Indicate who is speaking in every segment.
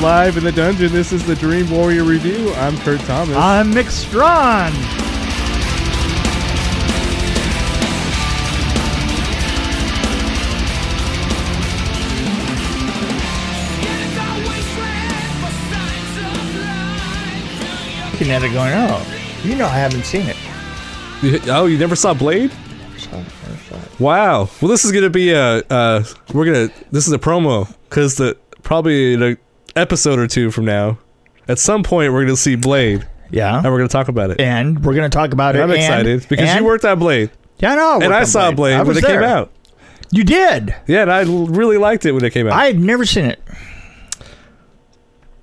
Speaker 1: live in the dungeon. This is the Dream Warrior Review. I'm Kurt Thomas.
Speaker 2: Ah.
Speaker 3: I'm Mick Strawn. Looking at it going, oh, you know I haven't seen it.
Speaker 2: You- Oh, you never saw Blade? Wow. Well, this is gonna be a. Uh, we're gonna. This is a promo because the probably in a episode or two from now, at some point we're gonna see Blade and
Speaker 3: Yeah.
Speaker 2: we're gonna talk about it.
Speaker 3: And we're going to talk about
Speaker 2: And
Speaker 3: it.
Speaker 2: I'm
Speaker 3: and-
Speaker 2: excited because
Speaker 3: and-
Speaker 2: you worked on Blade
Speaker 3: Yeah, no.
Speaker 2: and I saw Blade, when it came out.
Speaker 3: You did.
Speaker 2: Yeah, and I l- really liked it when it came out.
Speaker 3: I had never seen it.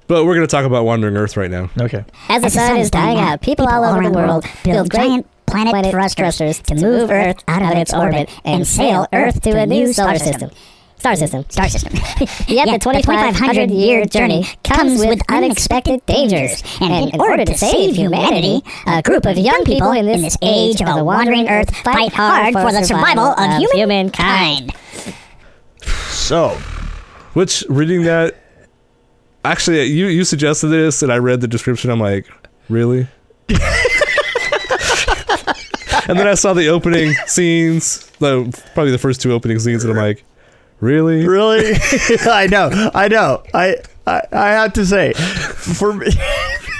Speaker 2: but we're gonna talk about Wandering Earth right now.
Speaker 3: Okay.
Speaker 4: As the sun is dying out, people all over the world build giant planet thrust thrusters to move Earth out of its orbit and sail Earth to a new solar system. Star system. Star system. Yet the 2,500 year journey comes with unexpected dangers. And in order to save humanity, a group of young people in this age of the wandering Earth fight hard for the survival of humankind.
Speaker 3: So,
Speaker 2: Which reading that, actually, you you suggested this, and I read the description. I'm like, really? and then I saw the opening scenes, the probably the first two opening scenes, and I'm like, really?
Speaker 3: really? I know. I know. I, I I have to say, for me,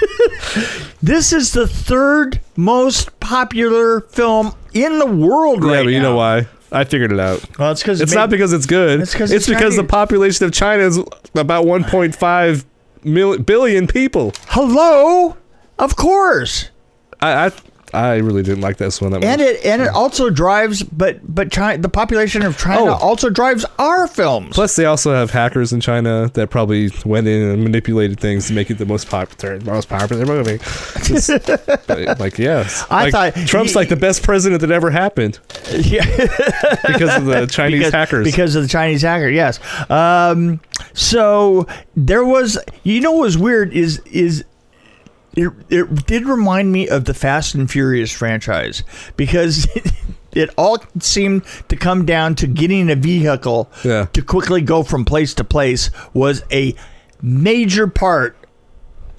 Speaker 3: this is the third most popular film in the world
Speaker 2: yeah,
Speaker 3: right
Speaker 2: but you
Speaker 3: now.
Speaker 2: know why? I figured it out.
Speaker 3: Well, it's because
Speaker 2: It's not because it's good.
Speaker 3: It's
Speaker 2: It's,
Speaker 3: 'cause it's
Speaker 2: because
Speaker 3: not-
Speaker 2: the population of China is about 1.5 mil- billion people.
Speaker 3: hello. Of course.
Speaker 2: I, I I really didn't like this one that much.
Speaker 3: And it and it also drives, but but China, the population of China
Speaker 2: Oh.
Speaker 3: also drives our films.
Speaker 2: Plus, they also have hackers in China that probably went in and manipulated things to make it the most popular, most popular movie. Just, like, like, yes,
Speaker 3: I
Speaker 2: Like,
Speaker 3: thought-
Speaker 2: Trump's like the best president that ever happened
Speaker 3: yeah,
Speaker 2: because of the Chinese
Speaker 3: because,
Speaker 2: hackers.
Speaker 3: because of the Chinese hacker. Yes. Um, so there was, you know, what was weird is is. It, it did remind me of the Fast and Furious franchise because it all seemed to come down to getting a vehicle
Speaker 2: Yeah.
Speaker 3: to quickly go from place to place was a major part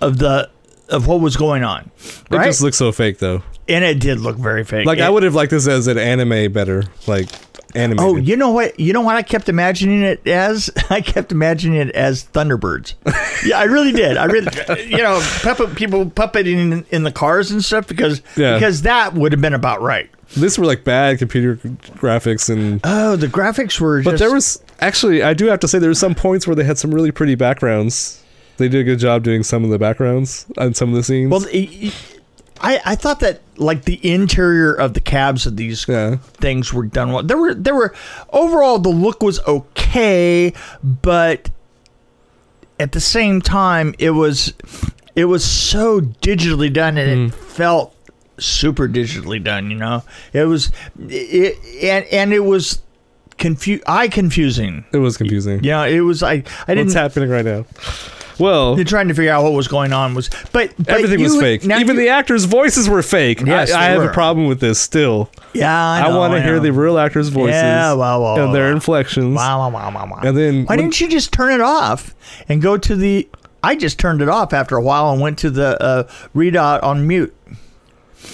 Speaker 3: of the of what was going on.
Speaker 2: it
Speaker 3: Right?
Speaker 2: just looks so fake, though.
Speaker 3: and it did look very fake.
Speaker 2: Like
Speaker 3: It-
Speaker 2: I would have liked this as an anime better, like anime.
Speaker 3: Oh, you know what? You know what? I kept imagining it as I kept imagining it as Thunderbirds. yeah, I really did. I really, you know, puppet people puppeting in, in the cars and stuff because
Speaker 2: Yeah.
Speaker 3: because that would have been about right.
Speaker 2: These were like bad computer graphics and.
Speaker 3: Oh, the graphics were.
Speaker 2: But
Speaker 3: just,
Speaker 2: there was actually, I do have to say, there were some points where they had some really pretty backgrounds. They did a good job doing some of the backgrounds on some of the scenes.
Speaker 3: well, y- y- I I thought that like the interior of the cabs of these
Speaker 2: yeah.
Speaker 3: things were done well. There were there were overall the look was okay, but at the same time it was it was so digitally done and
Speaker 2: Mm.
Speaker 3: it felt super digitally done, you know. It was it, and and it was confu- eye confusing.
Speaker 2: It was confusing.
Speaker 3: You know, it was I I didn't
Speaker 2: What's happening right now? Well,
Speaker 3: you're trying to figure out what was going on was but, but
Speaker 2: everything was
Speaker 3: you-
Speaker 2: fake.
Speaker 3: now
Speaker 2: Even
Speaker 3: you-
Speaker 2: the actors' voices were fake.
Speaker 3: Yes,
Speaker 2: I, I
Speaker 3: they
Speaker 2: have
Speaker 3: were.
Speaker 2: a problem with this still.
Speaker 3: Yeah,
Speaker 2: I,
Speaker 3: know,
Speaker 2: want to hear
Speaker 3: know.
Speaker 2: the real actors' voices
Speaker 3: Yeah, wow, wow,
Speaker 2: and their
Speaker 3: wow.
Speaker 2: inflections.
Speaker 3: Wow, wow, wow, wow, wow.
Speaker 2: And then
Speaker 3: why
Speaker 2: when-
Speaker 3: didn't you just turn it off and go to the? I just turned it off after a while and went to the uh, readout on mute.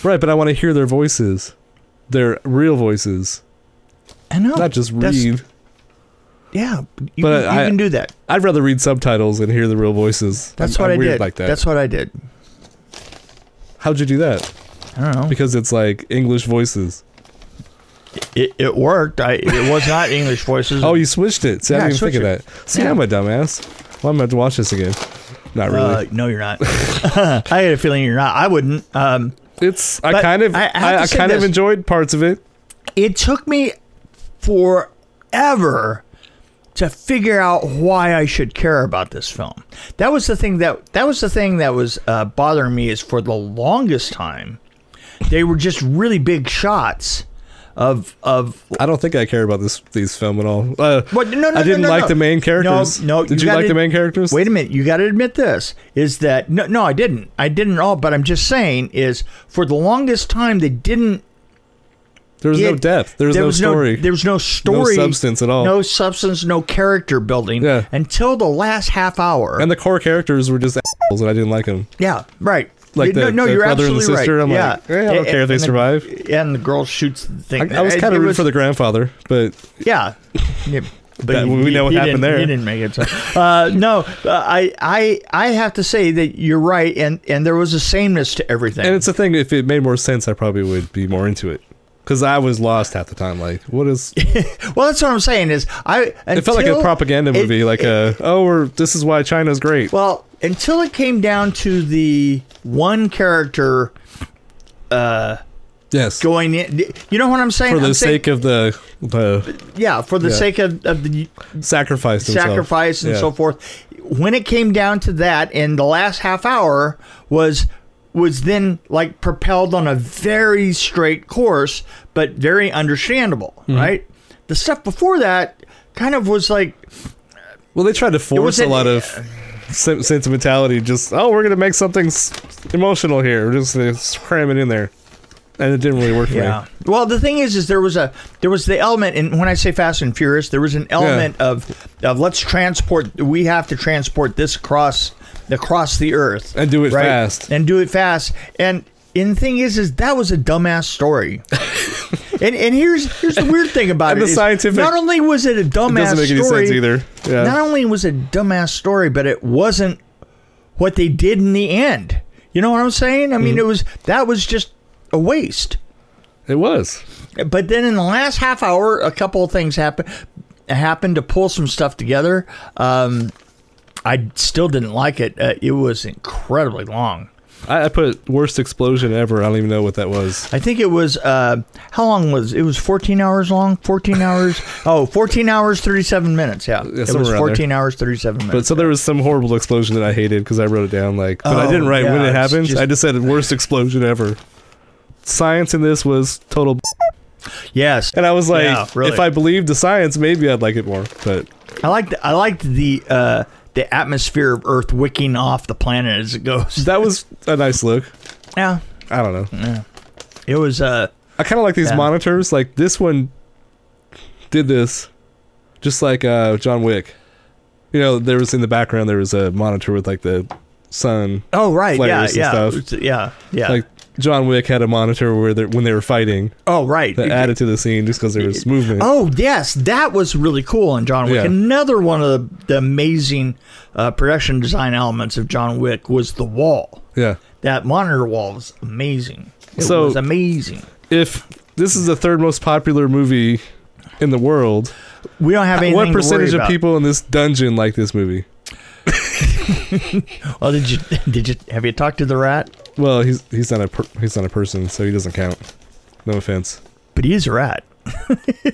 Speaker 2: Right, but I want to hear their voices, their real voices,
Speaker 3: I know.
Speaker 2: not just
Speaker 3: That's-
Speaker 2: read.
Speaker 3: Yeah, you,
Speaker 2: But
Speaker 3: can, you
Speaker 2: I-
Speaker 3: can do that.
Speaker 2: I'd rather read subtitles and hear the real voices.
Speaker 3: That's
Speaker 2: I'm-
Speaker 3: what
Speaker 2: I'm
Speaker 3: i
Speaker 2: weird
Speaker 3: did.
Speaker 2: Like that.
Speaker 3: That's what I did.
Speaker 2: How'd you do that?
Speaker 3: I don't know.
Speaker 2: Because it's like English voices.
Speaker 3: It, it worked. I it was not English voices.
Speaker 2: Oh, you switched it. See,
Speaker 3: Yeah, I
Speaker 2: I didn't even think
Speaker 3: switched
Speaker 2: of that. See,
Speaker 3: Yeah.
Speaker 2: I'm a dumbass. Well, I'm gonna have to watch this again. Not really.
Speaker 3: Uh, no, you're not. I had a feeling you're not. I wouldn't. Um,
Speaker 2: It's I
Speaker 3: But
Speaker 2: kind of
Speaker 3: I- I
Speaker 2: I,
Speaker 3: have
Speaker 2: I,
Speaker 3: to say
Speaker 2: kind of
Speaker 3: this.
Speaker 2: enjoyed parts of it.
Speaker 3: it took me forever to figure out why I should care about this film. That was the thing that that was the thing that was uh, bothering me is for the longest time they were just really big shots of of
Speaker 2: I don't think I care about this these film at all. Uh,
Speaker 3: What? No, no,
Speaker 2: I
Speaker 3: no,
Speaker 2: didn't
Speaker 3: no,
Speaker 2: like
Speaker 3: no.
Speaker 2: the main characters.
Speaker 3: No, no.
Speaker 2: did you,
Speaker 3: gotta-
Speaker 2: like the main characters?
Speaker 3: Wait a minute. You got to admit this is that no, no, I didn't. I didn't at all. But I'm just saying is for the longest time they didn't
Speaker 2: There was
Speaker 3: Yeah,
Speaker 2: no depth. There was no story.
Speaker 3: there was no story.
Speaker 2: substance at all.
Speaker 3: No substance, no character building
Speaker 2: Yeah.
Speaker 3: until the last half hour.
Speaker 2: and the core characters were just assholes, and I didn't like them.
Speaker 3: yeah, right.
Speaker 2: Like
Speaker 3: no,
Speaker 2: the,
Speaker 3: no,
Speaker 2: the
Speaker 3: you're
Speaker 2: brother and the
Speaker 3: absolutely
Speaker 2: sister.
Speaker 3: right.
Speaker 2: I'm
Speaker 3: yeah.
Speaker 2: like, eh, I don't
Speaker 3: A-
Speaker 2: care if they
Speaker 3: and the-
Speaker 2: survive.
Speaker 3: And the girl shoots the thing.
Speaker 2: I, I was
Speaker 3: It-
Speaker 2: kind
Speaker 3: it
Speaker 2: of rooting
Speaker 3: was-
Speaker 2: for the grandfather, but
Speaker 3: Yeah. yeah.
Speaker 2: That-
Speaker 3: you-
Speaker 2: we know
Speaker 3: you-
Speaker 2: what
Speaker 3: you
Speaker 2: happened
Speaker 3: didn't-
Speaker 2: there.
Speaker 3: You didn't make it. So. Uh, no, uh, I, I, I have to say that you're right, and and there was a sameness to everything.
Speaker 2: and it's a thing. If it made more sense, I probably would be more into it. Because I was lost half the time. Like, what is? It
Speaker 3: well, that's what I'm saying is I. Until,
Speaker 2: felt like a propaganda
Speaker 3: it-
Speaker 2: movie. like,
Speaker 3: it-
Speaker 2: uh, oh, we're, this is why China's great.
Speaker 3: Well, until it came down to the one character
Speaker 2: yes,
Speaker 3: going in, you know what I'm saying?
Speaker 2: for the
Speaker 3: I'm saying-
Speaker 2: sake of the the
Speaker 3: yeah, for the
Speaker 2: yeah.
Speaker 3: sake of, of the
Speaker 2: sacrifice. themselves.
Speaker 3: sacrifice and
Speaker 2: Yeah.
Speaker 3: so forth. When it came down to that, and the last half hour was was then like propelled on a very straight course, but very understandable,
Speaker 2: Mm-hmm.
Speaker 3: right? The stuff before that kind of was like
Speaker 2: Well, they tried to force
Speaker 3: was
Speaker 2: a
Speaker 3: an-
Speaker 2: lot of sen- sentimentality. Just oh, we're gonna make something s- emotional here. We're just gonna s- cram it in there, and it didn't really work for
Speaker 3: Yeah.
Speaker 2: me.
Speaker 3: Well, the thing is, is there was a there was the element, and when I say Fast and Furious, there was an element of of let's transport. We have to transport this across across the earth
Speaker 2: And do it fast.
Speaker 3: and do it fast. And and the thing is, is that was a dumbass story. and and here's here's the weird thing about
Speaker 2: And
Speaker 3: it
Speaker 2: the
Speaker 3: is
Speaker 2: scientific-
Speaker 3: not only was it a dumbass
Speaker 2: It doesn't make any
Speaker 3: story,
Speaker 2: sense either. Yeah.
Speaker 3: not only was it a dumbass story, but it wasn't what they did in the end. You know what I'm saying? I mean,
Speaker 2: Mm-hmm.
Speaker 3: it was that was just a waste.
Speaker 2: it was.
Speaker 3: But then in the last half hour, a couple of things happened happened to pull some stuff together. Um, I still didn't like it. Uh, it was incredibly long.
Speaker 2: I, I put worst explosion ever. I don't even know what that was.
Speaker 3: I think it was uh, how long was it? It Was fourteen hours long? Fourteen hours? oh, 14 hours thirty seven minutes. Yeah, it
Speaker 2: somewhere
Speaker 3: was
Speaker 2: around there.
Speaker 3: fourteen hours thirty seven minutes.
Speaker 2: But so there was some horrible explosion that I hated because I wrote it down. Like, but I
Speaker 3: Oh,
Speaker 2: didn't write when
Speaker 3: yeah,
Speaker 2: it
Speaker 3: it's
Speaker 2: happened.
Speaker 3: just-
Speaker 2: I just said worst explosion ever. Science in this was total, b-
Speaker 3: yes,
Speaker 2: and I was like,
Speaker 3: Yeah, really.
Speaker 2: if I believed the science, maybe I'd like it more. But
Speaker 3: I liked I liked the uh, the atmosphere of Earth wicking off the planet as it goes.
Speaker 2: that was a nice look.
Speaker 3: Yeah,
Speaker 2: I don't know.
Speaker 3: it was. Uh,
Speaker 2: I kind of like these
Speaker 3: Yeah.
Speaker 2: monitors. Like this one did this, just like uh, John Wick. You know, there was in the background there was a monitor with like the sun.
Speaker 3: oh right, yeah,
Speaker 2: Flares and
Speaker 3: yeah,
Speaker 2: stuff.
Speaker 3: yeah, yeah.
Speaker 2: Like John Wick had a monitor where they when they were fighting
Speaker 3: oh right,
Speaker 2: that added to the scene just because there was movement.
Speaker 3: Oh yes, that was really cool in John Wick.
Speaker 2: Yeah.
Speaker 3: Another one of the, the amazing uh, production design elements of John Wick was the wall.
Speaker 2: Yeah.
Speaker 3: That monitor wall was amazing. It
Speaker 2: So-
Speaker 3: was amazing.
Speaker 2: If this is the third most popular movie in the world,
Speaker 3: We don't have anything.
Speaker 2: what percentage
Speaker 3: to worry
Speaker 2: of
Speaker 3: about.
Speaker 2: people in this dungeon like this movie?
Speaker 3: Well, Oh, did you did you have you talked to the rat?
Speaker 2: Well, he's he's not a per- he's not a person, so he doesn't count. No offense.
Speaker 3: But he is a rat.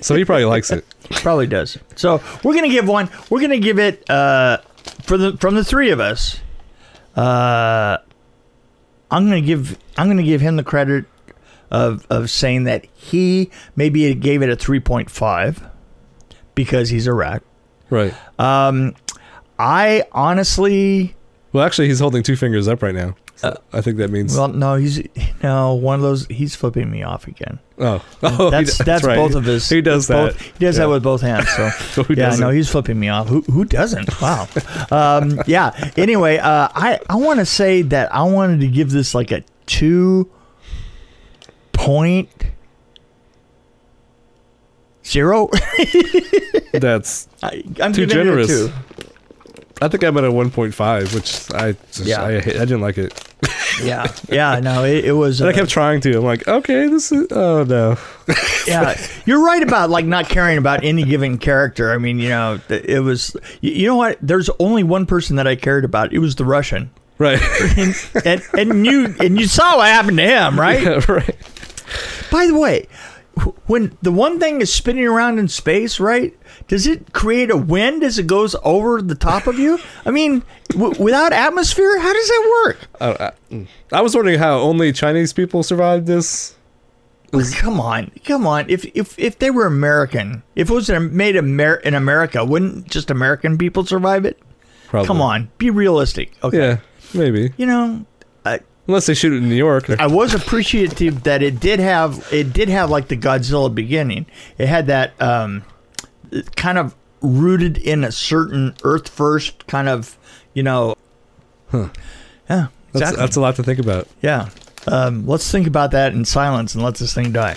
Speaker 2: So he probably likes it.
Speaker 3: Probably does. So we're gonna give one. We're gonna give it uh, for the from the three of us. Uh, I'm gonna give I'm gonna give him the credit of of saying that he maybe gave it a 3.5 because he's a rat.
Speaker 2: Right.
Speaker 3: Um, I honestly,
Speaker 2: Well, actually, he's holding two fingers up right now. So I think that means.
Speaker 3: Uh, well, no, he's no one of those. He's flipping me off again.
Speaker 2: oh, oh, he
Speaker 3: that's
Speaker 2: d-
Speaker 3: that's
Speaker 2: right.
Speaker 3: both of his.
Speaker 2: He does that.
Speaker 3: both- he does that
Speaker 2: Yeah. Oh,
Speaker 3: with both hands. So
Speaker 2: Who
Speaker 3: yeah,
Speaker 2: doesn't?
Speaker 3: no, he's flipping me off. Who who doesn't? Wow. um, yeah. Anyway, uh, I I want to say that I wanted to give this like a two point zero.
Speaker 2: That's.
Speaker 3: I, I'm
Speaker 2: Too
Speaker 3: giving it
Speaker 2: generous.
Speaker 3: a two.
Speaker 2: I think I'm at a 1.5, which I just,
Speaker 3: Yeah.
Speaker 2: I, I didn't like it.
Speaker 3: Yeah. Yeah. No, it, it was.
Speaker 2: And I
Speaker 3: uh,
Speaker 2: kept trying to. I'm like, okay, this is. Oh no.
Speaker 3: yeah, you're right about like not caring about any given character. I mean, you know, th- it was. You you know what? There's only one person that I cared about. It was the Russian,
Speaker 2: Right.
Speaker 3: and and, and you and you saw what happened to him, right?
Speaker 2: Yeah, right.
Speaker 3: By the way, wh- when the one thing is spinning around in space, right? Does it create a wind as it goes over the top of you? I mean, w- without atmosphere, how does that work?
Speaker 2: I, I, I was wondering how only Chinese people survived this.
Speaker 3: Come on, come on. If if if they were American, if it was made Amer- in America, wouldn't just American people survive it?
Speaker 2: Probably.
Speaker 3: Come on, be realistic. Okay.
Speaker 2: Yeah, maybe.
Speaker 3: You know, uh,
Speaker 2: Unless they shoot it in New York.
Speaker 3: I was appreciative that it did have it did have like the Godzilla beginning. It had that um, kind of rooted in a certain Earth first kind of you know. Yeah,
Speaker 2: That's,
Speaker 3: exactly.
Speaker 2: that's a lot to think about.
Speaker 3: yeah. Um, let's think about that in silence and let this thing die.